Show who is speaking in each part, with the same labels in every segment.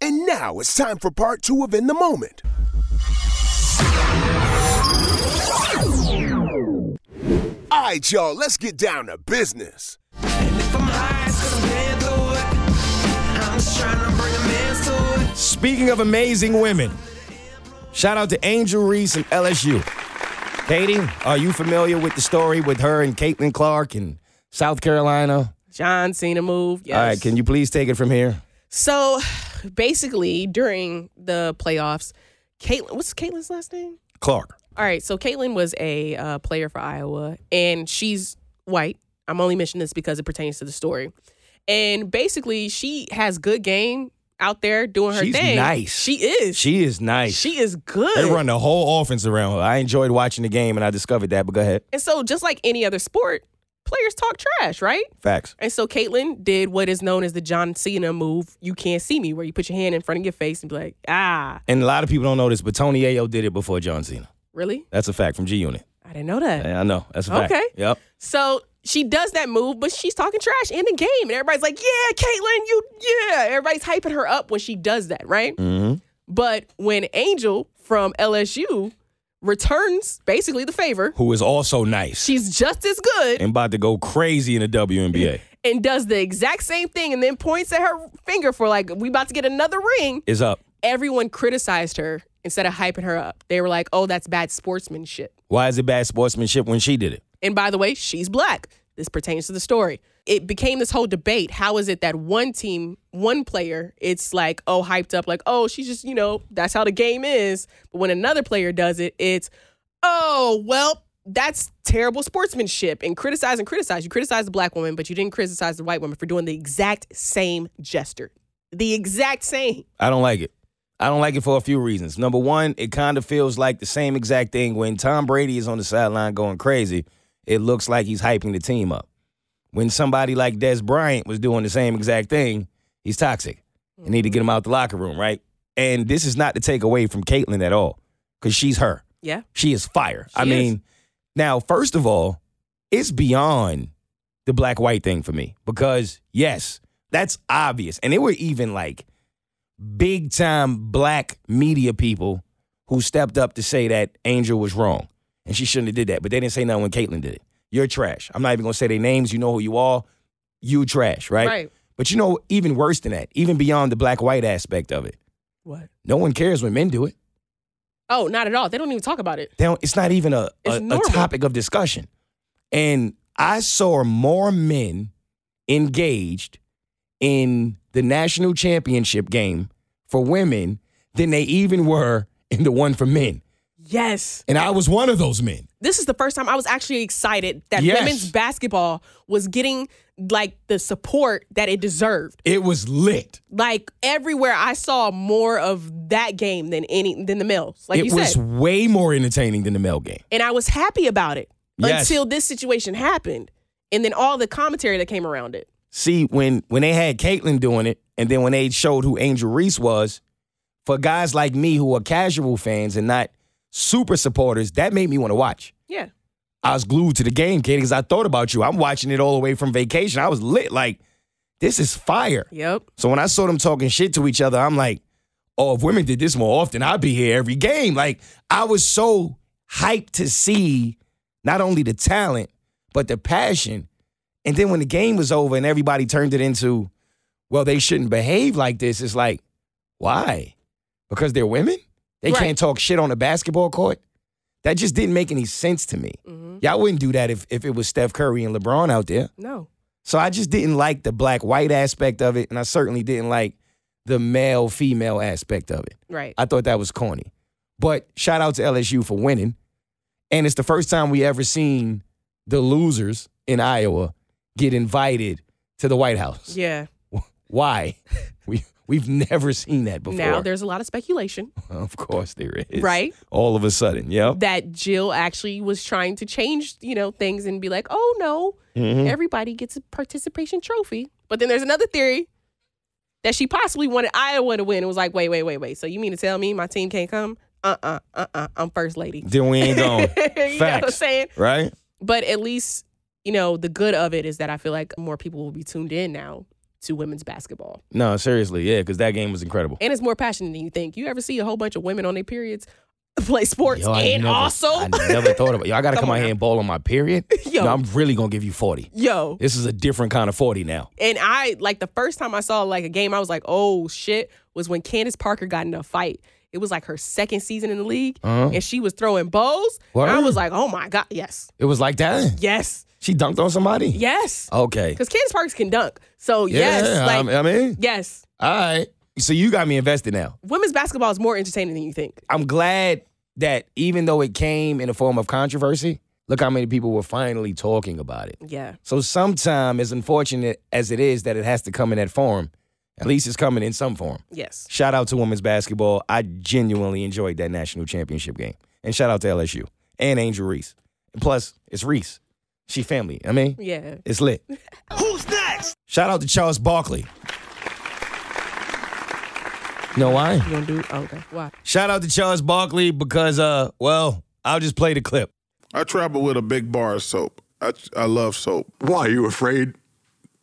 Speaker 1: And now it's time for part two of In the Moment. All right, y'all, let's get down to business.
Speaker 2: Speaking of amazing women, shout out to Angel Reese and LSU. Katie, are you familiar with the story with her and Caitlin Clark in South Carolina?
Speaker 3: John Cena move. Yes.
Speaker 2: All right, can you please take it from here?
Speaker 3: So basically, during the playoffs, Caitlin, what's Caitlin's last name?
Speaker 2: Clark.
Speaker 3: All right, so Caitlin was a uh, player for Iowa, and she's white. I'm only mentioning this because it pertains to the story. And basically, she has good game out there doing her
Speaker 2: She's
Speaker 3: thing.
Speaker 2: nice.
Speaker 3: She is.
Speaker 2: She is nice.
Speaker 3: She is good.
Speaker 2: They run the whole offense around her. I enjoyed watching the game and I discovered that, but go ahead.
Speaker 3: And so, just like any other sport, players talk trash, right?
Speaker 2: Facts.
Speaker 3: And so Caitlyn did what is known as the John Cena move, you can't see me, where you put your hand in front of your face and be like, ah,
Speaker 2: And a lot of people don't know this, but Tony Ayo did it before John Cena.
Speaker 3: really?
Speaker 2: That's a fact from G Unit.
Speaker 3: I didn't know that.
Speaker 2: Yeah, I know. That's a fact.
Speaker 3: Okay.
Speaker 2: Yep.
Speaker 3: So she does that move, but she's talking trash in the game. And everybody's like, yeah, Caitlyn, you, yeah. Everybody's hyping her up when she does that, right?
Speaker 2: Mm-hmm.
Speaker 3: But when Angel from LSU returns basically the favor,
Speaker 2: Who is also nice
Speaker 3: she's just as good
Speaker 2: and about to go crazy in the WNBA.
Speaker 3: and does the exact same thing and then points at her finger for like, we about to get another ring.
Speaker 2: is up.
Speaker 3: everyone criticized her instead of hyping her up. They were like, oh, that's bad sportsmanship.
Speaker 2: Why is it bad sportsmanship when she did it?
Speaker 3: And by the way, she's black. This pertains to the story. It became this whole debate. How is it that one team, one player, it's like, oh, hyped up, like, oh, she's just, you know, that's how the game is. But when another player does it, it's, oh, well, that's terrible sportsmanship and criticize and criticize. You criticize the black woman, but you didn't criticize the white woman for doing the exact same gesture. The exact same.
Speaker 2: I don't like it. I don't like it for a few reasons. Number one, it kind of feels like the same exact thing when Tom Brady is on the sideline going crazy. It looks like he's hyping the team up. When somebody like Des Bryant was doing the same exact thing, he's toxic. You need to get him out the locker room, right? And this is not to take away from Caitlyn at all, because she's her.
Speaker 3: Yeah.
Speaker 2: She is fire. I
Speaker 3: She is.
Speaker 2: mean, now, first of all, it's beyond the black white thing for me because, yes, that's obvious. And they were even like big time black media people who stepped up to say that Angel was wrong and she shouldn't have did that. But they didn't say nothing when Caitlyn did it. You're trash. I'm not even gonna say their names. You know who you are. You trash, right?
Speaker 3: Right.
Speaker 2: But you know, even worse than that, even beyond the black white aspect of it,
Speaker 3: What?
Speaker 2: no one cares when men do it.
Speaker 3: Oh, not at all. They don't even talk about it.
Speaker 2: They don't, it's not even a,
Speaker 3: It's
Speaker 2: a, a
Speaker 3: normal.
Speaker 2: topic of discussion. And I saw more men engaged in the national championship game for women than they even were in the one for men.
Speaker 3: Yes.
Speaker 2: And I was one of those men.
Speaker 3: This is the first time I was actually excited that
Speaker 2: Yes.
Speaker 3: women's basketball was getting like the support that it deserved.
Speaker 2: It was lit.
Speaker 3: Like everywhere I saw more of that game than any than the males. Like
Speaker 2: it
Speaker 3: you
Speaker 2: was
Speaker 3: said.
Speaker 2: way more entertaining than the male game.
Speaker 3: And I was happy about it
Speaker 2: Yes.
Speaker 3: until this situation happened. And then all the commentary that came around it.
Speaker 2: See, when when they had Caitlyn doing it, and then when they showed who Angel Reese was, for guys like me who are casual fans and not super supporters, that made me want to watch.
Speaker 3: Yeah.
Speaker 2: I was glued to the game, kid, because I thought about you. I'm watching it all the way from vacation. I was lit, like this is fire.
Speaker 3: Yep.
Speaker 2: So when I saw them talking shit to each other, I'm like, oh, if women did this more often, I'd be here every game. Like, I was so hyped to see not only the talent, but the passion. And then when the game was over and everybody turned it into, well, they shouldn't behave like this, it's like, why? Because they're women? They
Speaker 3: Right.
Speaker 2: can't talk shit on a basketball court? That just didn't make any sense to me. Y'all wouldn't do that if, if it was Steph Curry and LeBron out there.
Speaker 3: No.
Speaker 2: So I just didn't like the black white aspect of it, and I certainly didn't like the male female aspect of it.
Speaker 3: Right.
Speaker 2: I thought that was corny. But shout out to LSU for winning. And it's the first time we ever seen the losers in Iowa get invited to the White House.
Speaker 3: yeah.
Speaker 2: Why? We We've never seen that before.
Speaker 3: Now there's a lot of speculation
Speaker 2: of course there is.
Speaker 3: Right?
Speaker 2: All of a sudden, yep.
Speaker 3: that Jill actually was trying to change, you know, things and be like, "Oh no,
Speaker 2: Mm-hmm.
Speaker 3: everybody gets a participation trophy." But then there's another theory that she possibly wanted Iowa to win. It was like, "Wait, wait, wait, wait. So you mean to tell me my team can't come?" Uh-uh, uh-uh. I'm first lady.
Speaker 2: Then we ain't going.
Speaker 3: You know what I'm
Speaker 2: Facts.
Speaker 3: saying?
Speaker 2: Right?
Speaker 3: But at least, you know, the good of it is that I feel like more people will be tuned in now to women's basketball.
Speaker 2: No, seriously, yeah, because that game was incredible.
Speaker 3: and it's more passionate than you think. You ever see a whole bunch of women on their periods play sports
Speaker 2: Yo, I
Speaker 3: and
Speaker 2: never-
Speaker 3: also,
Speaker 2: I never thought about. Yo, I gotta
Speaker 3: Come
Speaker 2: come,
Speaker 3: on
Speaker 2: out
Speaker 3: now.
Speaker 2: here and bowl on my period.
Speaker 3: Yo.
Speaker 2: No, I'm really gonna give you forty.
Speaker 3: yo,
Speaker 2: This is a different kind of forty now.
Speaker 3: and I like the first time I saw like a game, I was like, oh shit, was when Candace Parker got in a fight. It was like her second season in the league,
Speaker 2: Uh-huh.
Speaker 3: and she was throwing bows. And I
Speaker 2: Word.
Speaker 3: was like, oh my god, yes,
Speaker 2: It was like that.
Speaker 3: yes,
Speaker 2: She dunked on somebody.
Speaker 3: yes,
Speaker 2: Okay.
Speaker 3: because Candace Parker can dunk. So
Speaker 2: Uh, Yeah,
Speaker 3: yes,
Speaker 2: I-
Speaker 3: like
Speaker 2: I, mean,
Speaker 3: yes,
Speaker 2: all right. So you got me invested now.
Speaker 3: women's basketball is more entertaining than you think.
Speaker 2: I'm glad that even though it came in a form of controversy, look how many people were finally talking about it.
Speaker 3: Yeah,
Speaker 2: So sometime, as unfortunate as it is that it has to come in that form, at least it's coming in some form.
Speaker 3: yes,
Speaker 2: Shout out to women's basketball. I genuinely enjoyed that national championship game. And shout out to LSU and Angel Reese. And plus, it's Reese. She family. I mean,
Speaker 3: yeah.
Speaker 2: it's lit. Who's next? Shout out to Charles Barkley. You know why?
Speaker 3: You gonna do Oh, okay? Why?
Speaker 2: Shout out to Charles Barkley because, uh, well, I'll just play the clip.
Speaker 4: I travel with a big bar of soap. I, I love soap.
Speaker 5: Why? Are you afraid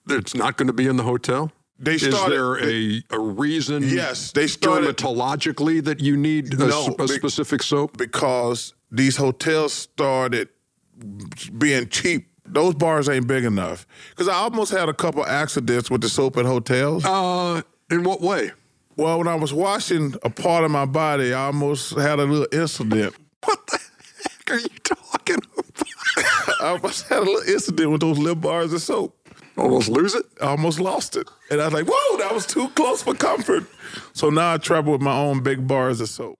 Speaker 5: that it's not going to be in the hotel?
Speaker 4: They
Speaker 5: Is
Speaker 4: started-
Speaker 5: there
Speaker 4: they-
Speaker 5: a, a reason
Speaker 4: Yes, they started-
Speaker 5: dermatologically that you need a,
Speaker 4: No,
Speaker 5: s- a
Speaker 4: be-
Speaker 5: specific soap?
Speaker 4: because these hotels started being cheap. Those bars ain't big enough. Because I almost had a couple accidents with the soap at hotels.
Speaker 5: Uh, in what way?
Speaker 4: well, when I was washing a part of my body, I almost had a little incident.
Speaker 5: What the heck are you talking about?
Speaker 4: I almost had a little incident with those little bars of soap.
Speaker 5: Almost lose it?
Speaker 4: I almost lost it. And I was like, whoa, that was too close for comfort. So now I travel with my own big bars of soap.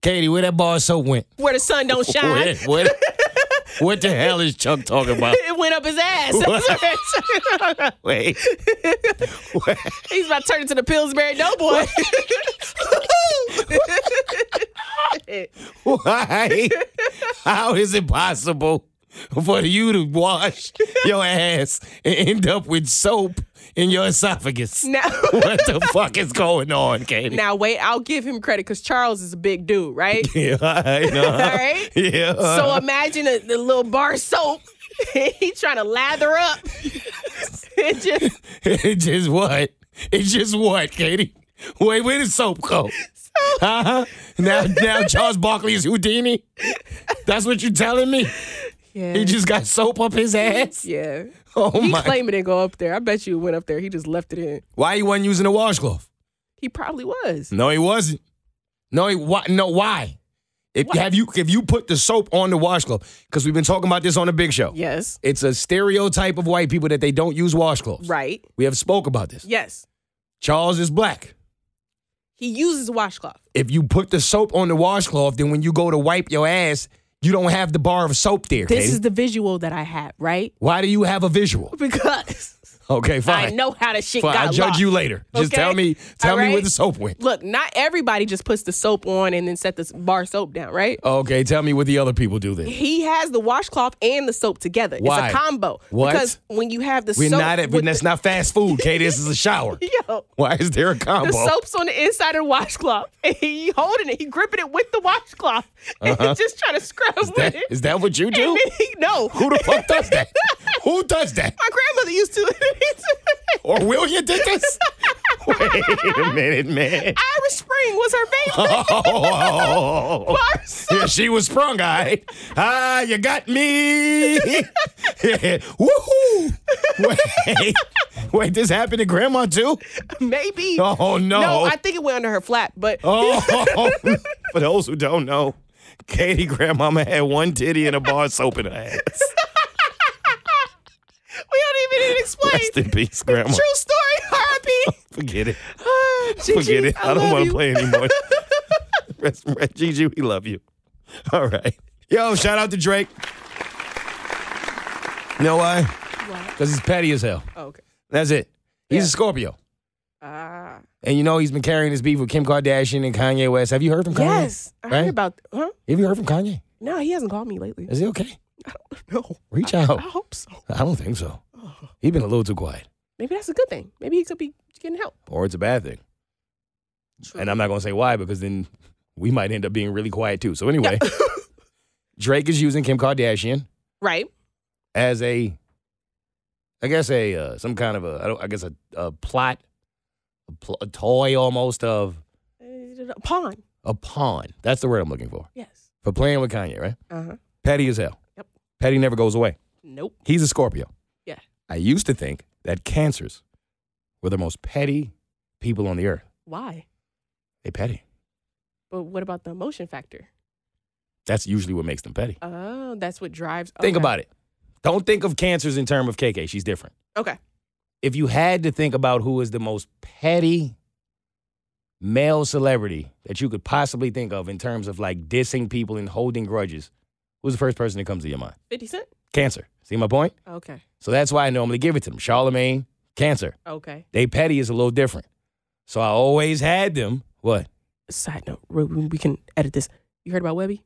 Speaker 2: Katie, where that bar soap went?
Speaker 3: Where the sun don't shine.
Speaker 2: what, what the hell is Chuck talking about?
Speaker 3: it went up his ass.
Speaker 2: Wait.
Speaker 3: He's about to turn into the Pillsbury Doughboy.
Speaker 2: Why? How is it possible for you to wash your ass and end up with soap in your esophagus?
Speaker 3: now,
Speaker 2: What the fuck is going on, Katie?
Speaker 3: now wait, I'll give him credit because Charles is a big dude, right?
Speaker 2: Yeah, I know.
Speaker 3: All right.
Speaker 2: Yeah.
Speaker 3: So uh- imagine a, the little bar of soap. He's trying to lather up. it just
Speaker 2: it just what? It just what, Katie? Wait, where did soap go? Huh? Now, now Charles Barkley is Houdini. That's what you telling me?
Speaker 3: yeah,
Speaker 2: He just got soap up his ass.
Speaker 3: yeah.
Speaker 2: Oh
Speaker 3: He
Speaker 2: my!
Speaker 3: claimed it didn't go up there. I bet you it went up there. He just left it in.
Speaker 2: Why he wasn't using a washcloth?
Speaker 3: He probably was.
Speaker 2: No, he wasn't. No, he why, no why? If have you if you put the soap on the washcloth because we've been talking about this on the Big Show.
Speaker 3: Yes.
Speaker 2: It's a stereotype of white people that they don't use washcloths.
Speaker 3: Right.
Speaker 2: We have spoke about this.
Speaker 3: Yes.
Speaker 2: Charles is black.
Speaker 3: He uses washcloth.
Speaker 2: If you put the soap on the washcloth, then when you go to wipe your ass, you don't have the bar of soap there.
Speaker 3: This
Speaker 2: Katie.
Speaker 3: is the visual that I have, right?
Speaker 2: why do you have a visual?
Speaker 3: Because
Speaker 2: Okay,
Speaker 3: I
Speaker 2: fine.
Speaker 3: know how the shit
Speaker 2: Fine,
Speaker 3: got
Speaker 2: I'll judge
Speaker 3: lost.
Speaker 2: you later. Just
Speaker 3: Okay?
Speaker 2: tell me, tell
Speaker 3: All
Speaker 2: me where
Speaker 3: right?
Speaker 2: the soap went.
Speaker 3: Look, not everybody just puts the soap on and then set the s- bar soap down, right?
Speaker 2: Okay, tell me what the other people do then.
Speaker 3: He has the washcloth and the soap together.
Speaker 2: Why?
Speaker 3: It's a combo.
Speaker 2: What?
Speaker 3: Because when you have the
Speaker 2: We're
Speaker 3: soap,
Speaker 2: not at.
Speaker 3: with
Speaker 2: That's not fast food, Katie. This is a shower.
Speaker 3: the, yo,
Speaker 2: Why is there a
Speaker 3: the
Speaker 2: combo?
Speaker 3: soap's on the inside of the washcloth, and he holding it, he gripping it with the washcloth, and he's just trying to scrub with
Speaker 2: That-
Speaker 3: it.
Speaker 2: Uh-huh. is that what you
Speaker 3: And
Speaker 2: do?
Speaker 3: then he, no,
Speaker 2: Who the fuck does that? Who does that?
Speaker 3: my grandmother used to.
Speaker 2: Or will you did this? Wait a minute, man.
Speaker 3: Irish Spring was her favorite.
Speaker 2: Oh,
Speaker 3: Bar soap.
Speaker 2: yeah, she was sprung, all right. Ah, you got me. Yeah. Woohoo. Wait, wait, this happened to Grandma too?
Speaker 3: Maybe.
Speaker 2: Oh, no.
Speaker 3: No, I think it went under her flat, but
Speaker 2: Oh, for those who don't know, Katie Grandmama had one titty and a bar of soap in her ass.
Speaker 3: we don't even need to explain.
Speaker 2: Rest in peace, Grandma.
Speaker 3: True story, R.I.P.
Speaker 2: Forget it.
Speaker 3: Ah, Gigi,
Speaker 2: Forget it. I, don't
Speaker 3: love
Speaker 2: want
Speaker 3: you.
Speaker 2: to play anymore. Rest, rest, Gigi, we love you. All right. Yo, shout out to Drake. You know why? Because he's petty as hell.
Speaker 3: Oh, okay.
Speaker 2: That's it. He's
Speaker 3: Yeah.
Speaker 2: a Scorpio.
Speaker 3: Ah.
Speaker 2: And you know he's been carrying this beef with Kim Kardashian and Kanye West. Have you heard from Kanye?
Speaker 3: Yes. I
Speaker 2: Right?
Speaker 3: heard about huh?
Speaker 2: Have you heard from Kanye?
Speaker 3: No, he hasn't called me lately.
Speaker 2: Is he okay?
Speaker 3: No.
Speaker 2: Reach
Speaker 3: I
Speaker 2: out.
Speaker 3: hope so.
Speaker 2: I don't think so. He's been a little too quiet,
Speaker 3: Maybe that's a good thing. Maybe he could be getting help.
Speaker 2: or it's a bad thing. And I'm not gonna say why because then we might end up being really quiet too. So anyway, Drake is using Kim Kardashian
Speaker 3: Right.
Speaker 2: as a, I guess a uh, some kind of a I, don't, I guess a, a plot, a, pl- a toy almost of
Speaker 3: Uh, Pawn.
Speaker 2: a pawn. That's the word I'm looking for
Speaker 3: Yes.
Speaker 2: for playing with Kanye, right?
Speaker 3: Uh huh.
Speaker 2: Petty as hell.
Speaker 3: Yep.
Speaker 2: Petty never goes away.
Speaker 3: Nope.
Speaker 2: He's a Scorpio.
Speaker 3: Yeah.
Speaker 2: I used to think that cancers were the most petty people on the earth.
Speaker 3: Why?
Speaker 2: They petty.
Speaker 3: But what about the emotion factor?
Speaker 2: That's usually what makes them petty.
Speaker 3: Oh, that's what drives.
Speaker 2: Think about it. Don't think of cancers in terms of KK. She's different.
Speaker 3: Okay.
Speaker 2: If you had to think about who is the most petty male celebrity that you could possibly think of in terms of like dissing people and holding grudges, who's the first person that comes to your mind?
Speaker 3: 50 Cent?
Speaker 2: Cancer. See my point?
Speaker 3: Okay.
Speaker 2: So that's why I normally give it to them. Charlemagne, Cancer.
Speaker 3: Okay.
Speaker 2: They petty is a little different. So I always had them. What?
Speaker 3: Side note, we- we we can edit this. You heard about Webby?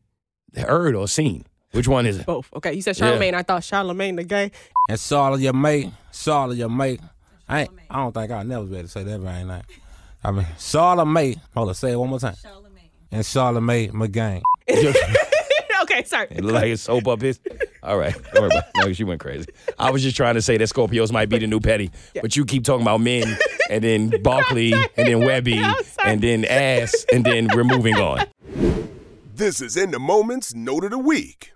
Speaker 2: Heard or seen? Which one is it?
Speaker 3: Both. Okay. You said
Speaker 2: Yeah.
Speaker 3: Charlemagne. I thought Charlemagne the gay.
Speaker 6: And sorry you make, sorry you make. I ain't, I don't think I'll never be able to say that right now. I mean, Charlemagne. Hold on, say it one more time. Charlemagne. And Charlemagne McGain.
Speaker 3: okay. Sorry.
Speaker 2: It looked like it's soap up his. All right. Don't worry about it. No, she went crazy. I was just trying to say that Scorpios might be the new petty, but you keep talking about men and then Barkley and then Webby
Speaker 3: I'm sorry.
Speaker 2: and then ass and then we're moving on.
Speaker 1: This is In the Moment's Note of the Week.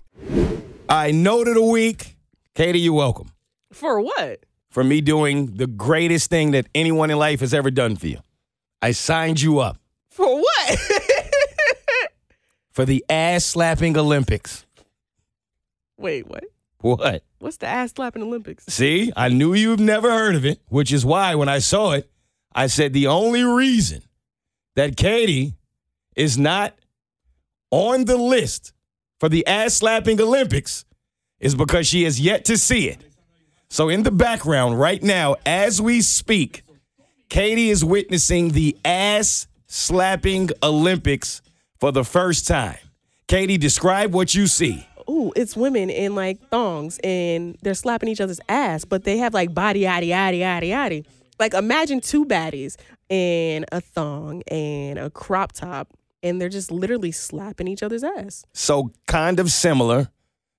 Speaker 2: I note of the week. Katie, you're welcome
Speaker 3: For what?
Speaker 2: for me doing the greatest thing that anyone in life has ever done for you. I signed you up
Speaker 3: For what?
Speaker 2: for the ass slapping Olympics.
Speaker 3: Wait, what?
Speaker 2: What?
Speaker 3: What's the ass slapping Olympics?
Speaker 2: See, I knew you've never heard of it, which is why when I saw it, I said the only reason that Katie is not on the list for the ass slapping Olympics is because she has yet to see it. So, in the background right now, as we speak, Katie is witnessing the ass slapping Olympics for the first time. Katie, describe what you see.
Speaker 3: ooh, it's women in like thongs and they're slapping each other's ass, but they have like body, yaddy, yaddy, yaddy, yaddy. Like imagine two baddies in a thong and a crop top, and they're just literally slapping each other's ass.
Speaker 2: So, kind of similar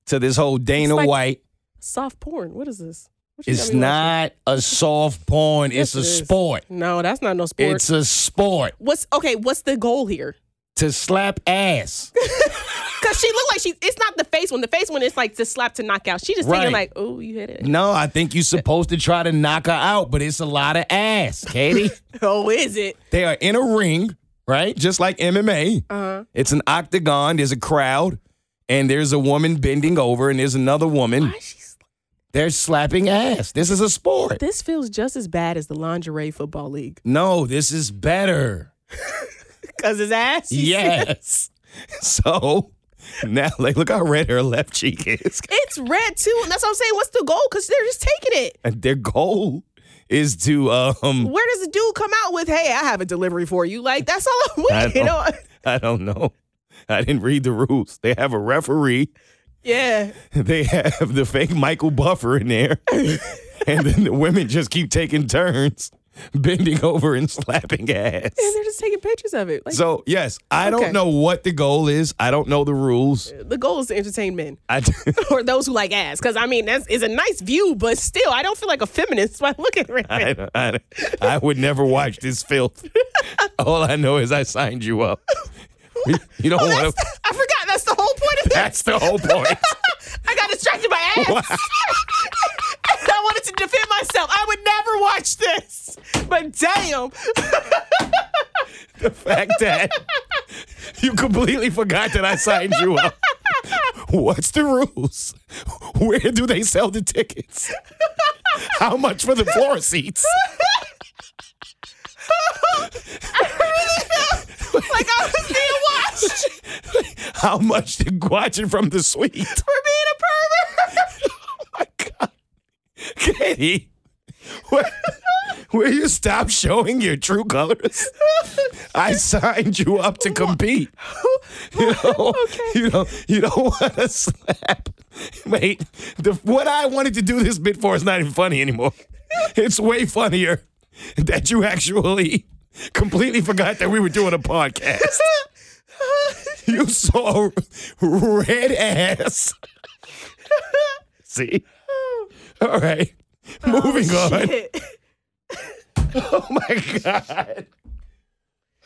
Speaker 2: to this whole Dana
Speaker 3: like-
Speaker 2: White.
Speaker 3: Soft porn. What is this? What you got
Speaker 2: It's
Speaker 3: me watching?
Speaker 2: not a soft porn. It's
Speaker 3: Yes,
Speaker 2: a
Speaker 3: it is.
Speaker 2: sport.
Speaker 3: No, that's not no sport.
Speaker 2: It's a sport
Speaker 3: what's okay? What's the goal here?
Speaker 2: to slap ass.
Speaker 3: Cause she looked like she. It's not the face one. The face one is like to slap to knock out. She just thinking
Speaker 2: Right.
Speaker 3: like, oh, you hit it.
Speaker 2: no, I think you're supposed to try to knock her out, but it's a lot of ass, Katie.
Speaker 3: Oh, is it?
Speaker 2: they are in a ring, right? Just like MMA.
Speaker 3: Uh-huh.
Speaker 2: It's an octagon. There's a crowd, and there's a woman bending over, and there's another woman.
Speaker 3: Why she's
Speaker 2: They're slapping ass. This is a sport.
Speaker 3: this feels just as bad as the lingerie football league.
Speaker 2: no, this is better.
Speaker 3: Cause his ass. she
Speaker 2: Yes. so now, like, look how red her left cheek is.
Speaker 3: It's red too. And that's what I'm saying. What's the goal? Because they're just taking it.
Speaker 2: And their goal is to um
Speaker 3: Where does the dude come out with, hey, I have a delivery for you? Like, that's all I'm
Speaker 2: I
Speaker 3: with. You know?
Speaker 2: don't- I don't know. I didn't read the rules. They have a referee.
Speaker 3: Yeah.
Speaker 2: They have the fake Michael Buffer in there. and then the women just keep taking turns bending over and slapping ass.
Speaker 3: And they're just taking pictures of it. Like,
Speaker 2: So, yes, I
Speaker 3: Okay.
Speaker 2: don't know what the goal is. I don't know the rules.
Speaker 3: the goal is to entertain men
Speaker 2: I
Speaker 3: or those who like ass. Because, I mean, that's is a nice view, but still, I don't feel like a feminist by looking at
Speaker 2: I,
Speaker 3: it.
Speaker 2: don't- I, don't- I would never watch this filth. All I know is I signed you up. You- You don't
Speaker 3: Oh,
Speaker 2: want
Speaker 3: that's
Speaker 2: to.
Speaker 3: the- I forgot. That's the whole point of
Speaker 2: That's the whole point.
Speaker 3: it. I got distracted by ass. And I wanted to defend myself. I would never watch this. But damn.
Speaker 2: The fact that you completely forgot that I signed you up. What's the rules? Where do they sell the tickets? How much for the floor seats?
Speaker 3: like I was being watched
Speaker 2: How much to watching from the suite? Oh
Speaker 3: for being a pervert.
Speaker 2: Katie, what, where you stop showing your true colors. I signed you up to compete. You know, you know, you don't want to slap. Wait, the, what I wanted to do this bit for is not even funny anymore. It's way funnier that you actually completely forgot that we were doing a podcast. You saw a red ass. See? All right. Moving on. Oh my god.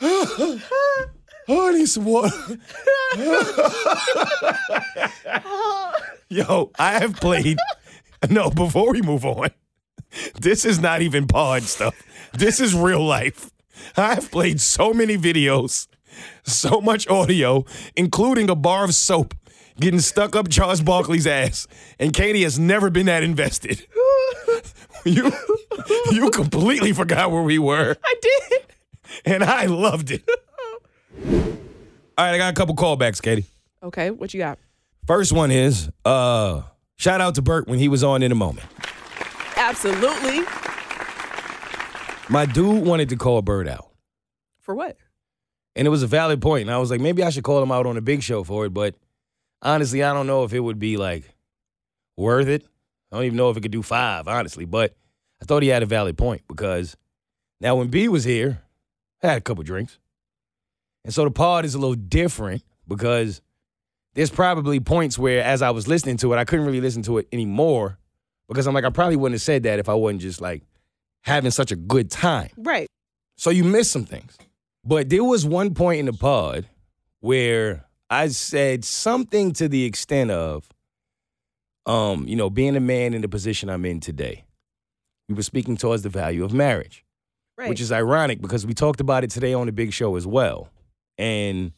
Speaker 2: oh, I need some water. Yo, I have played. No, before we move on, this is not even pod stuff. This is real life. I've played so many videos, so much audio, including a bar of soap getting stuck up Charles Barkley's ass, and Katie has never been that invested. You, you completely forgot where we were
Speaker 3: I did.
Speaker 2: and I loved it. All right, I got a couple callbacks, Katie.
Speaker 3: Okay, what you got?
Speaker 2: First one is uh shout out to Bert when he was on in a moment.
Speaker 3: Absolutely.
Speaker 2: My dude wanted to call Bert out.
Speaker 3: For what?
Speaker 2: And it was a valid point. And I was like, maybe I should call him out on a big show for it, but honestly, I don't know if it would be like worth it. I don't even know if it could do five, honestly. But I thought he had a valid point because now when B was here, I had a couple drinks. And so the pod is a little different because there's probably points where as I was listening to it, I couldn't really listen to it anymore because I'm like, I probably wouldn't have said that if I wasn't just like having such a good time.
Speaker 3: Right.
Speaker 2: So you missed some things. But there was one point in the pod where I said something to the extent of, um, you know, being a man in the position I'm in today. We were speaking towards the value of marriage
Speaker 3: Right.
Speaker 2: which is ironic because we talked about it today on the big show as well. And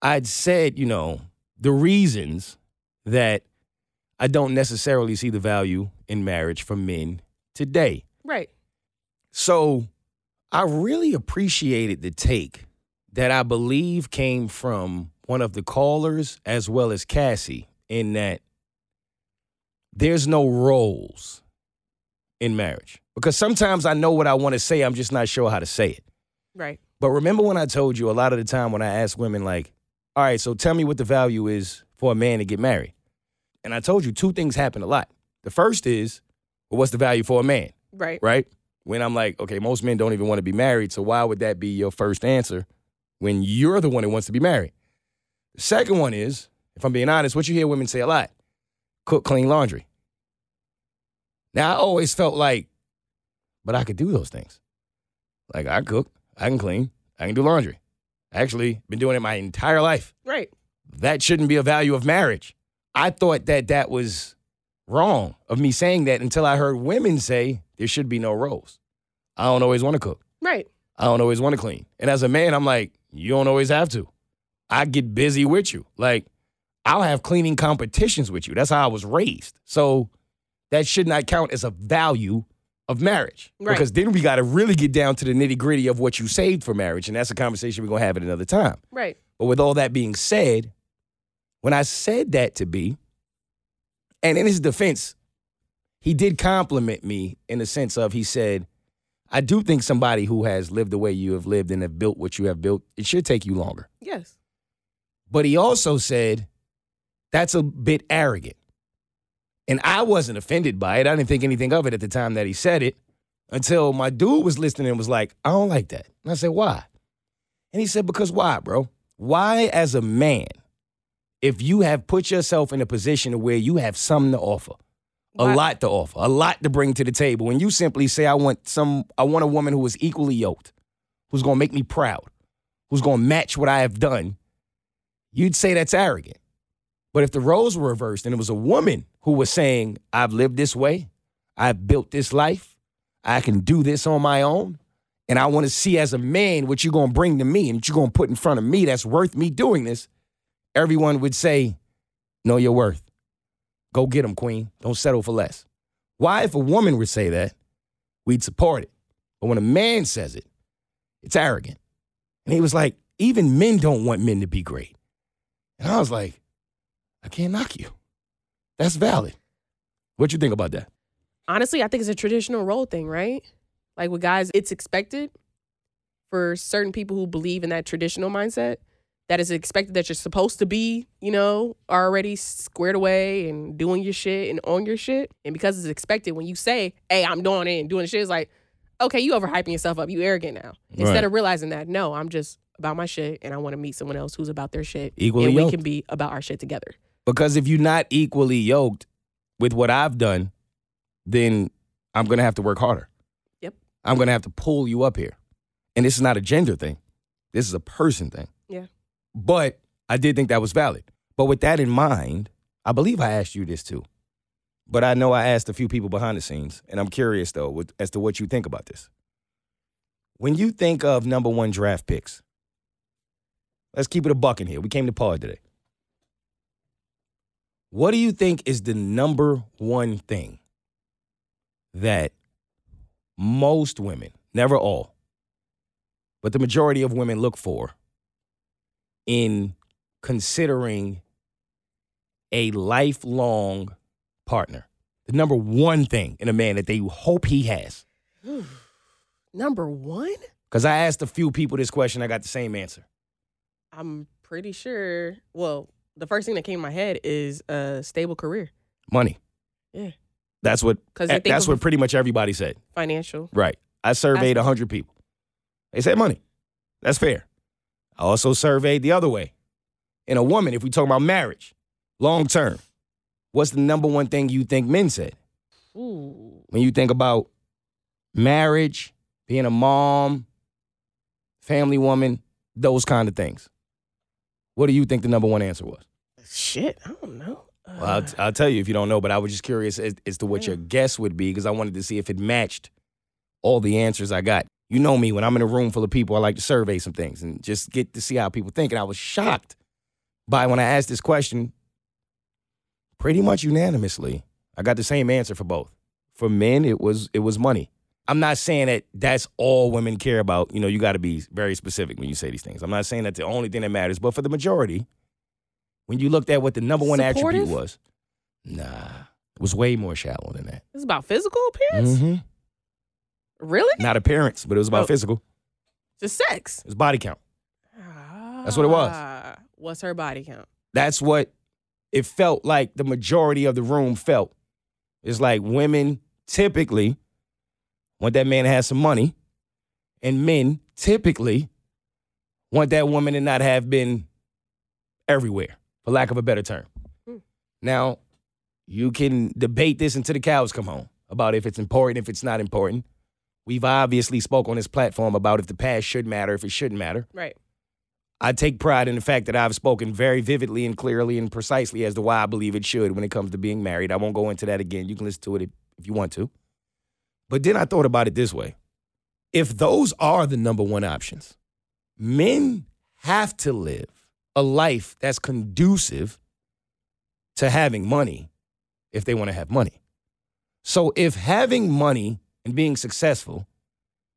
Speaker 2: I'd said, you know, the reasons that I don't necessarily see the value in marriage for men today.
Speaker 3: right.
Speaker 2: So I really appreciated the take that I believe came from one of the callers as well as Cassie in that there's no roles in marriage. Because sometimes I know what I want to say, I'm just not sure how to say it.
Speaker 3: Right.
Speaker 2: But remember when I told you a lot of the time when I ask women, like, all right, so tell me what the value is for a man to get married. And I told you two things happen a lot. The first is, well, what's the value for a man?
Speaker 3: Right.
Speaker 2: right? When I'm like, okay, most men don't even want to be married, so why would that be your first answer when you're the one that wants to be married? The second one is, if I'm being honest, what you hear women say a lot cook, clean laundry. Now, I always felt like, but I could do those things. Like, I cook, I can clean, I can do laundry. Actually, been doing it my entire life
Speaker 3: Right.
Speaker 2: that shouldn't be a value of marriage. I thought that that was wrong of me saying that until I heard women say there should be no roles. I don't always want to cook.
Speaker 3: Right.
Speaker 2: I don't always want to clean. And as a man, I'm like, you don't always have to. I get busy with you. Like, I'll have cleaning competitions with you. That's how I was raised. So that should not count as a value of marriage.
Speaker 3: Right.
Speaker 2: Because then we got to really get down to the nitty gritty of what you saved for marriage. And that's a conversation we're going to have at another time.
Speaker 3: Right.
Speaker 2: But with all that being said, when I said that to B, and in his defense, he did compliment me in the sense of he said, I do think somebody who has lived the way you have lived and have built what you have built, it should take you longer.
Speaker 3: Yes.
Speaker 2: But he also said, that's a bit arrogant. And I wasn't offended by it. I didn't think anything of it at the time that he said it until my dude was listening and was like, I don't like that. And I said, why? And he said, because why, bro? Why, as a man, if you have put yourself in a position where you have something to offer,
Speaker 3: Why-
Speaker 2: a lot to offer, a lot to bring to the table, and you simply say, I want some, I want a woman who is equally yoked, who's gonna make me proud, who's gonna match what I have done, you'd say that's arrogant. But if the roles were reversed and it was a woman who was saying, I've lived this way, I've built this life, I can do this on my own, and I wanna see as a man what you're gonna bring to me and what you're gonna put in front of me that's worth me doing this, everyone would say, Know your worth. Go get them, queen. Don't settle for less. Why, if a woman would say that, we'd support it. But when a man says it, it's arrogant. And he was like, even men don't want men to be great. And I was like, I can't knock you. That's valid. What you think about that?
Speaker 3: Honestly, I think it's a traditional role thing, right? Like with guys, it's expected for certain people who believe in that traditional mindset that it's expected that you're supposed to be, you know, already squared away and doing your shit and on your shit. And because it's expected, when you say, hey, I'm doing it and doing the shit, it's like, okay, you overhyping yourself up. You arrogant now. Instead
Speaker 2: Right.
Speaker 3: of realizing that, no, I'm just about my shit and I want to meet someone else who's about their shit.
Speaker 2: Equally
Speaker 3: and we
Speaker 2: yoked.
Speaker 3: can be about our shit together.
Speaker 2: Because if you're not equally yoked with what I've done, then I'm gonna have to work harder.
Speaker 3: Yep.
Speaker 2: I'm gonna have to pull you up here. And this is not a gender thing. This is a person thing.
Speaker 3: Yeah.
Speaker 2: But I did think that was valid. But with that in mind, I believe I asked you this too. But I know I asked a few people behind the scenes, and I'm curious though with, as to what you think about this. When you think of number one draft picks, let's keep it a buck in here. We came to pod today. What do you think is the number one thing that most women, never all, but the majority of women look for in considering a lifelong partner? The number one thing in a man that they hope he has.
Speaker 3: Number one,
Speaker 2: Because I asked a few people this question, I got the same answer.
Speaker 3: I'm pretty sure. Well, the first thing that came to my head is a stable career,
Speaker 2: Money.
Speaker 3: Yeah.
Speaker 2: That's what eh,
Speaker 3: 'Cause they think
Speaker 2: that's
Speaker 3: of-
Speaker 2: what pretty much everybody said.
Speaker 3: financial.
Speaker 2: Right. I surveyed
Speaker 3: That's-
Speaker 2: 100 people. They said money. That's fair. I also surveyed the other way. In a woman, if we talk about marriage, long term, what's the number one thing you think men said?
Speaker 3: Ooh.
Speaker 2: When you think about marriage, being a mom, family woman, those kind of things. What do you think the number one answer was?
Speaker 3: Shit, I don't know. Uh,
Speaker 2: Well, I'll, t- I'll tell you if you don't know, but I was just curious as, as to what your guess would be because I wanted to see if it matched all the answers I got. You know me, when I'm in a room full of people, I like to survey some things and just get to see how people think. And I was shocked by when I asked this question, pretty much unanimously, I got the same answer for both. For men, it was it was money. I'm not saying that that's all women care about. You know, you got to be very specific when you say these things. I'm not saying that's the only thing that matters, but for the majority, when you looked at what the number one
Speaker 3: Supportive?
Speaker 2: attribute was, nah, it was way more shallow than that.
Speaker 3: it's about physical appearance?
Speaker 2: Mhm. Mm-hmm.
Speaker 3: Really?
Speaker 2: Not appearance, but it was about
Speaker 3: Oh.
Speaker 2: physical.
Speaker 3: Just sex.
Speaker 2: It was body count. what it was.
Speaker 3: Ah, What's her body count?
Speaker 2: That's what it felt like the majority of the room felt. It's like women typically want that man to have some money, and men typically want that woman to not have been everywhere, for lack of a better term.
Speaker 3: Hmm.
Speaker 2: Now, you can debate this until the cows come home about if it's important, if it's not important. We've obviously spoke on this platform about if the past should matter, if it shouldn't matter.
Speaker 3: Right.
Speaker 2: I take pride in the fact that I've spoken very vividly and clearly and precisely as to why I believe it should when it comes to being married. I won't go into that again. You can listen to it if, if you want to. But then I thought about it this way if those are the number one options, men have to live a life that's conducive to having money if they want to have money. So if having money and being successful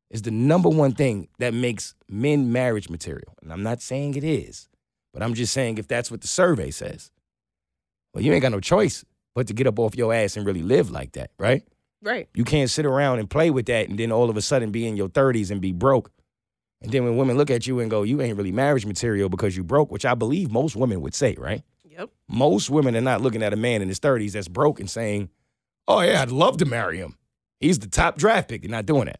Speaker 2: is the number one thing that makes men marriage material. And I'm not saying it is, but I'm just saying if that's what the survey says, well, you ain't got no choice but to get up off your ass and really live like that, right?
Speaker 3: Right.
Speaker 2: You can't sit around and play with that and then all of a sudden be in your 30s and be broke. And then when women look at you and go, you ain't really marriage material because you broke, which I believe most women would say, right?
Speaker 3: Yep.
Speaker 2: most women are not looking at a man in his 30s that's broke and saying, Oh, yeah, I'd love to marry him. He's the top draft pick. They're not doing that.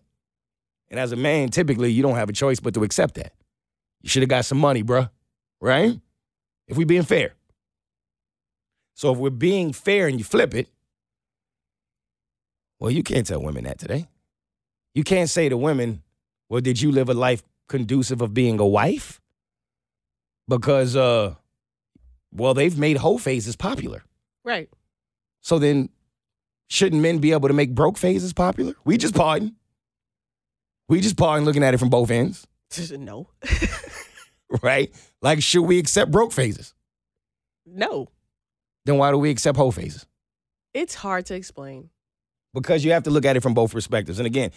Speaker 2: And as a man, typically, you don't have a choice but to accept that. You should have got some money, bruh, right? If we're being fair. So if we're being fair and you flip it, well, you can't tell women that today. You can't say to women, Well, did you live a life conducive of being a wife? Because, uh, well, they've made hoe phases popular.
Speaker 3: Right.
Speaker 2: So then, shouldn't men be able to make broke phases popular? We just pardon. We just pardon looking at it from both ends,
Speaker 3: no.
Speaker 2: right? Like, should we accept broke phases?
Speaker 3: No.
Speaker 2: Then why do we accept hoe phases?
Speaker 3: It's hard to explain.
Speaker 2: Because you have to look at it from both perspectives. And again,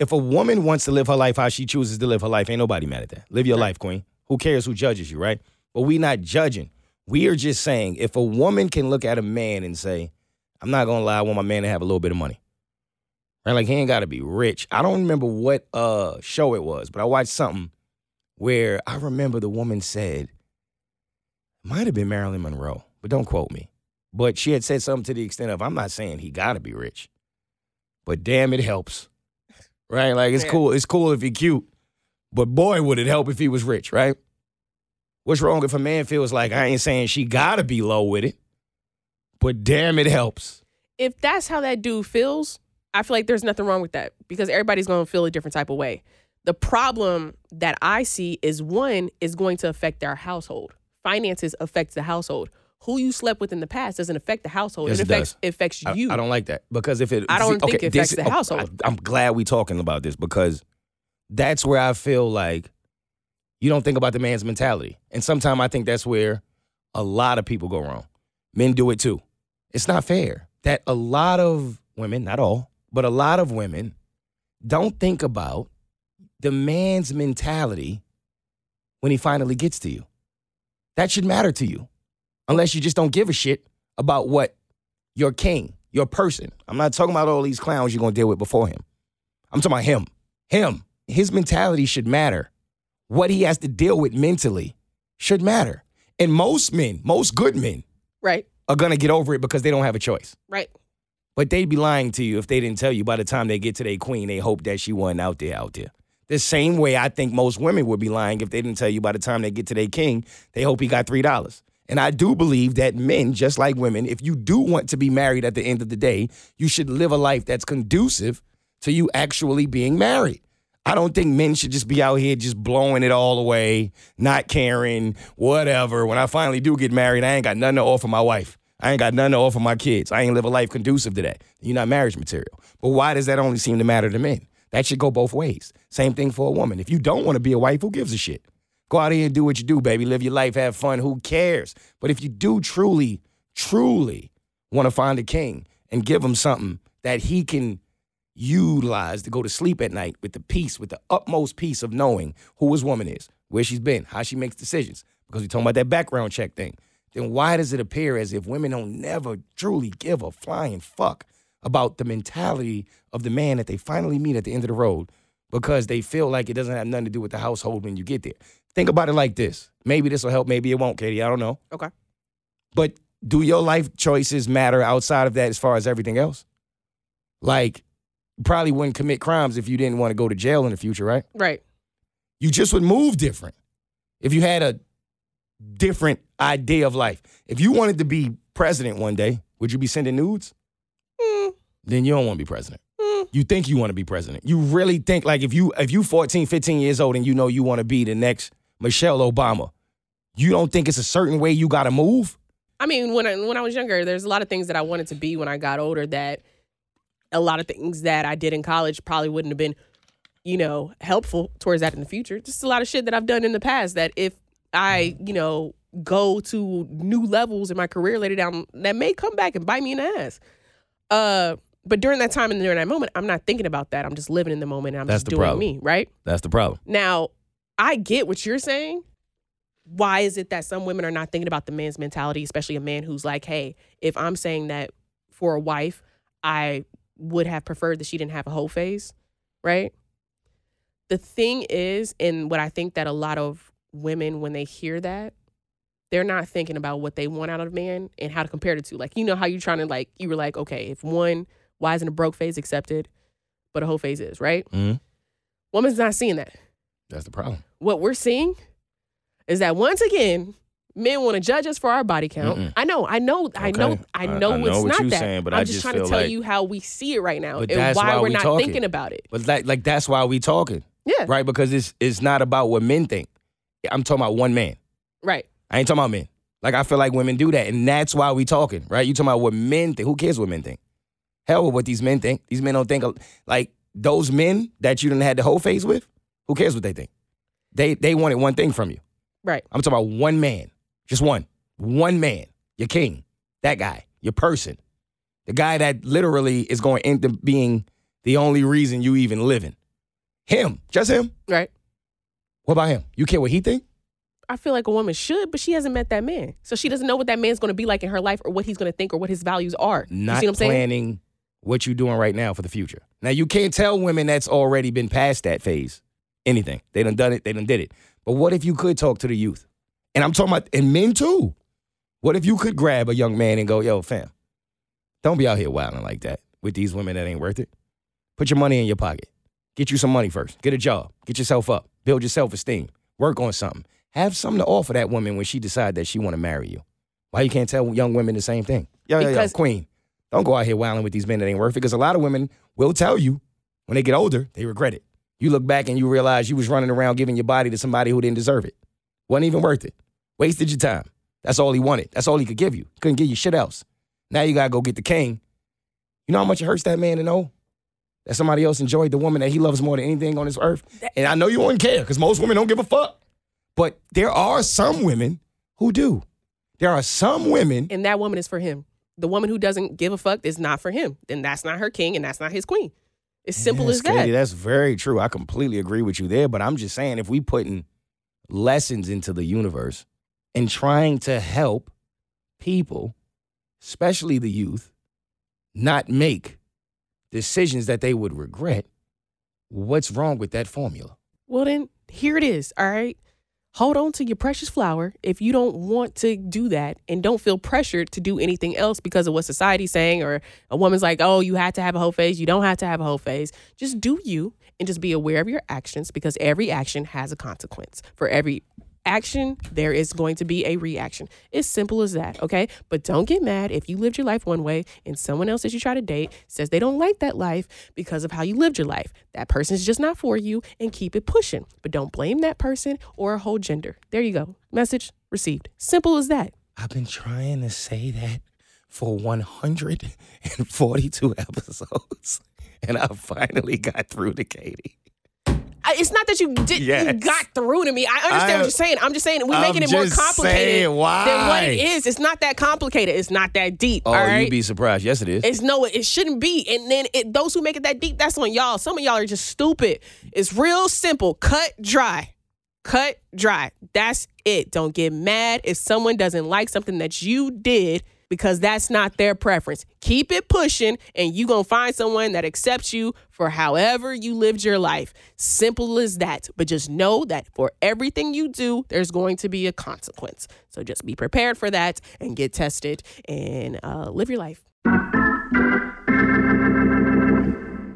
Speaker 2: if a woman wants to live her life how she chooses to live her life, ain't nobody mad at that. Live your life, queen. Who cares who judges you, right? But we not judging. We are just saying if a woman can look at a man and say, I'm not gonna lie, I want my man to have a little bit of money. Right? Like he ain't gotta be rich. I don't remember what uh show it was, but I watched something where I remember the woman said, might have been Marilyn Monroe, but don't quote me. But she had said something to the extent of, I'm not saying he gotta be rich, but damn it helps. Right? Like it's
Speaker 3: Yeah.
Speaker 2: cool, it's cool if he cute. But boy would it help if he was rich, right? What's wrong if a man feels like I ain't saying she gotta be low with it, but damn it helps.
Speaker 3: if that's how that dude feels, I feel like there's nothing wrong with that because everybody's going to feel a different type of way. The problem that I see is one is going to affect their household. Finances affects the household. Who you slept with in the past doesn't affect the household.
Speaker 2: Yes,
Speaker 3: it
Speaker 2: it
Speaker 3: affects
Speaker 2: does.
Speaker 3: it affects
Speaker 2: I-
Speaker 3: you.
Speaker 2: I, don't like that because if it,
Speaker 3: I don't think it affects
Speaker 2: this-
Speaker 3: the
Speaker 2: oh,
Speaker 3: household.
Speaker 2: I, am glad we talking about this because that's where I feel like you don't think about the man's mentality, and sometimes I think that's where a lot of people go wrong. Men do it too. It's not fair that a lot of women, not all, but a lot of women don't think about the man's mentality when he finally gets to you. That should matter to you, unless you just don't give a shit about what your king, your person. I'm not talking about all these clowns you're gonna deal with before him. I'm talking about him. Him. His mentality should matter. What he has to deal with mentally should matter. And most men, most good men,
Speaker 3: right,
Speaker 2: are gonna get over it because they don't have a choice.
Speaker 3: right.
Speaker 2: But they'd be lying to you if they didn't tell you by the time they get to their queen, they hope that she wasn't out there, out there. The same way I think most women would be lying if they didn't tell you by the time they get to their king, they hope he got $3. And I do believe that men, just like women, if you do want to be married at the end of the day, you should live a life that's conducive to you actually being married. I don't think men should just be out here just blowing it all away, not caring, whatever. When I finally do get married, I ain't got nothing to offer my wife. I ain't got nothing to offer my kids. I ain't live a life conducive to that. You're not marriage material. But why does that only seem to matter to men? That should go both ways. Same thing for a woman. If you don't want to be a wife, who gives a shit? Go out here and do what you do, baby. Live your life, have fun. Who cares? But if you do truly, truly want to find a king and give him something that he can utilize to go to sleep at night with the peace, with the utmost peace of knowing who his woman is, where she's been, how she makes decisions, because we're talking about that background check thing, then why does it appear as if women don't never truly give a flying fuck about the mentality of the man that they finally meet at the end of the road because they feel like it doesn't have nothing to do with the household when you get there? Think about it like this. Maybe this will help, maybe it won't, Katie. I don't know.
Speaker 3: Okay.
Speaker 2: But do your life choices matter outside of that as far as everything else? Like, you probably wouldn't commit crimes if you didn't want to go to jail in the future, right?
Speaker 3: Right.
Speaker 2: You just would move different if you had a different idea of life. If you wanted to be president one day, would you be sending nudes?
Speaker 3: Mm,
Speaker 2: Then you don't want to be president.
Speaker 3: mm.
Speaker 2: You think you want to be president. You really think like if you if you 14, 15 years old and you know you want to be the next Michelle Obama, you don't think it's a certain way you got to move?
Speaker 3: I mean, when I when I was younger, there's a lot of things that I wanted to be when I got older that a lot of things that I did in college probably wouldn't have been, you know, helpful towards that in the future. Just a lot of shit that I've done in the past that if I,
Speaker 2: Mm-hmm.
Speaker 3: you know, go to new levels in my career later down, that may come back and bite me in the ass. Uh, but during that time and during that moment, I'm not thinking about that. I'm just living in the moment and I'm
Speaker 2: That's
Speaker 3: just
Speaker 2: the
Speaker 3: doing
Speaker 2: problem.
Speaker 3: me, right?
Speaker 2: That's the problem.
Speaker 3: Now, I get what you're saying. Why is it that some women are not thinking about the man's mentality, especially a man who's like, hey, if I'm saying that for a wife, I would have preferred that she didn't have a whole phase, right? The thing is, and what I think that a lot of women, when they hear that, they're not thinking about what they want out of a man and how to compare the two. Like, you know how you're trying to, like, you were like, okay, if one, why isn't a broke phase accepted, but a whole phase is, right?
Speaker 2: Mhm.
Speaker 3: Woman's not seeing that
Speaker 2: That's the problem.
Speaker 3: what we're seeing is that once again, men want to judge us for our body count.
Speaker 2: Mm-mm.
Speaker 3: I know, I know, I know,
Speaker 2: Okay.
Speaker 3: I
Speaker 2: I-
Speaker 3: know
Speaker 2: I
Speaker 3: it's
Speaker 2: know what
Speaker 3: not
Speaker 2: you
Speaker 3: that.
Speaker 2: saying, but
Speaker 3: I'm
Speaker 2: I
Speaker 3: just
Speaker 2: just
Speaker 3: trying to
Speaker 2: feel
Speaker 3: tell
Speaker 2: like-
Speaker 3: you how we see it right now
Speaker 2: But
Speaker 3: and
Speaker 2: that's
Speaker 3: why,
Speaker 2: why
Speaker 3: we're
Speaker 2: we
Speaker 3: not
Speaker 2: talking.
Speaker 3: thinking about it.
Speaker 2: But like, like that's why we talking,
Speaker 3: Yeah, right.
Speaker 2: right? Because it's it's not about what men think. I'm talking about one man. I ain't talking about men. Like I feel like women do that, and that's why we talking, right? You talking about what men think? Who cares what men think? Hell with what these men think. These men don't think like those men that you didn't had the whole phase with. Who cares what they think? They they wanted one thing from you.
Speaker 3: Right.
Speaker 2: I'm talking about one man, just one, one man, your king, that guy, your person, the guy that literally is going to end up being the only reason you even living. Him, just him.
Speaker 3: right.
Speaker 2: What about him? You care what he think?
Speaker 3: I feel like a woman should, but she hasn't met that man, so she doesn't know what that man's going to be like in her life, or what he's going to think, or what his values are. you
Speaker 2: Not
Speaker 3: see what I'm saying?
Speaker 2: planning what you're doing right now for the future. Now you can't tell women that's already been past that phase anything. They done done it. They done did it. But what if you could talk to the youth? And I'm talking about and men too. What if you could grab a young man and go, "Yo, fam, don't be out here wilding like that with these women that ain't worth it. Put your money in your pocket. Get you some money first. Get a job. Get yourself up. Build your self esteem. Work on something. Have something to offer that woman when she decide that she want to marry you. Why you can't tell young women the same thing? Yo, yo, yo,
Speaker 3: Because-
Speaker 2: queen, don't go out here wilding with these men that ain't worth it. Because a lot of women will tell you when they get older they regret it. You look back and you realize you was running around giving your body to somebody who didn't deserve it. wasn't even worth it. Wasted your time. That's all he wanted. That's all he could give you. Couldn't give you shit else. Now you gotta go get the king. You know how much it hurts that man to know that somebody else enjoyed the woman that he loves more than anything on this earth. And I know you wouldn't care because most women don't give a fuck. But there are some women who do. There are some women.
Speaker 3: and that woman is for him. The woman who doesn't give a fuck is not for him. Then that's not her king and that's not his queen. It's simple
Speaker 2: Yes,
Speaker 3: as that.
Speaker 2: Katie, That's very true. I completely agree with you there. But I'm just saying, if we putting lessons into the universe and trying to help people, especially the youth, not make decisions that they would regret, what's wrong with that formula?
Speaker 3: Well, then here it is. All right. Hold on to your precious flower if you don't want to do that and don't feel pressured to do anything else because of what society's saying or a woman's like, oh, you had to have a whole phase. You don't have to have a whole phase. Just do you and just be aware of your actions because every action has a consequence. For every action, there is going to be a reaction. It's simple as that, okay? But don't get mad if you lived your life one way and someone else that you try to date says they don't like that life because of how you lived your life. That person's just not for you and keep it pushing. But don't blame that person or a whole gender. There you go. Message received. Simple as that.
Speaker 2: I've been trying to say that for 142 episodes, and I finally got through to Katie.
Speaker 3: I, it's not that you did you
Speaker 2: Yes.
Speaker 3: got through to me. I understand
Speaker 2: I-
Speaker 3: what you're saying. I'm just saying we're
Speaker 2: I'm
Speaker 3: making it more
Speaker 2: just
Speaker 3: complicated
Speaker 2: saying,
Speaker 3: than what it
Speaker 2: why?
Speaker 3: is. It's not that complicated. It's not that deep.
Speaker 2: Oh,
Speaker 3: all right?
Speaker 2: you'd be surprised. Yes, it is.
Speaker 3: It's no, it shouldn't be. And then it, those who make it that deep, that's on y'all. Some of y'all are just stupid. It's real simple. Cut dry. Cut dry. That's it. Don't get mad if someone doesn't like something that you did because that's not their preference. Keep it pushing and you going to find someone that accepts you for however you lived your life. Simple as that. But just know that for everything you do, there's going to be a consequence. So just be prepared for that and get tested and uh, live your life.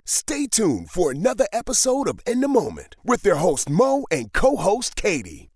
Speaker 1: Stay tuned for another episode of In the Moment with their host Mo and co-host Katie.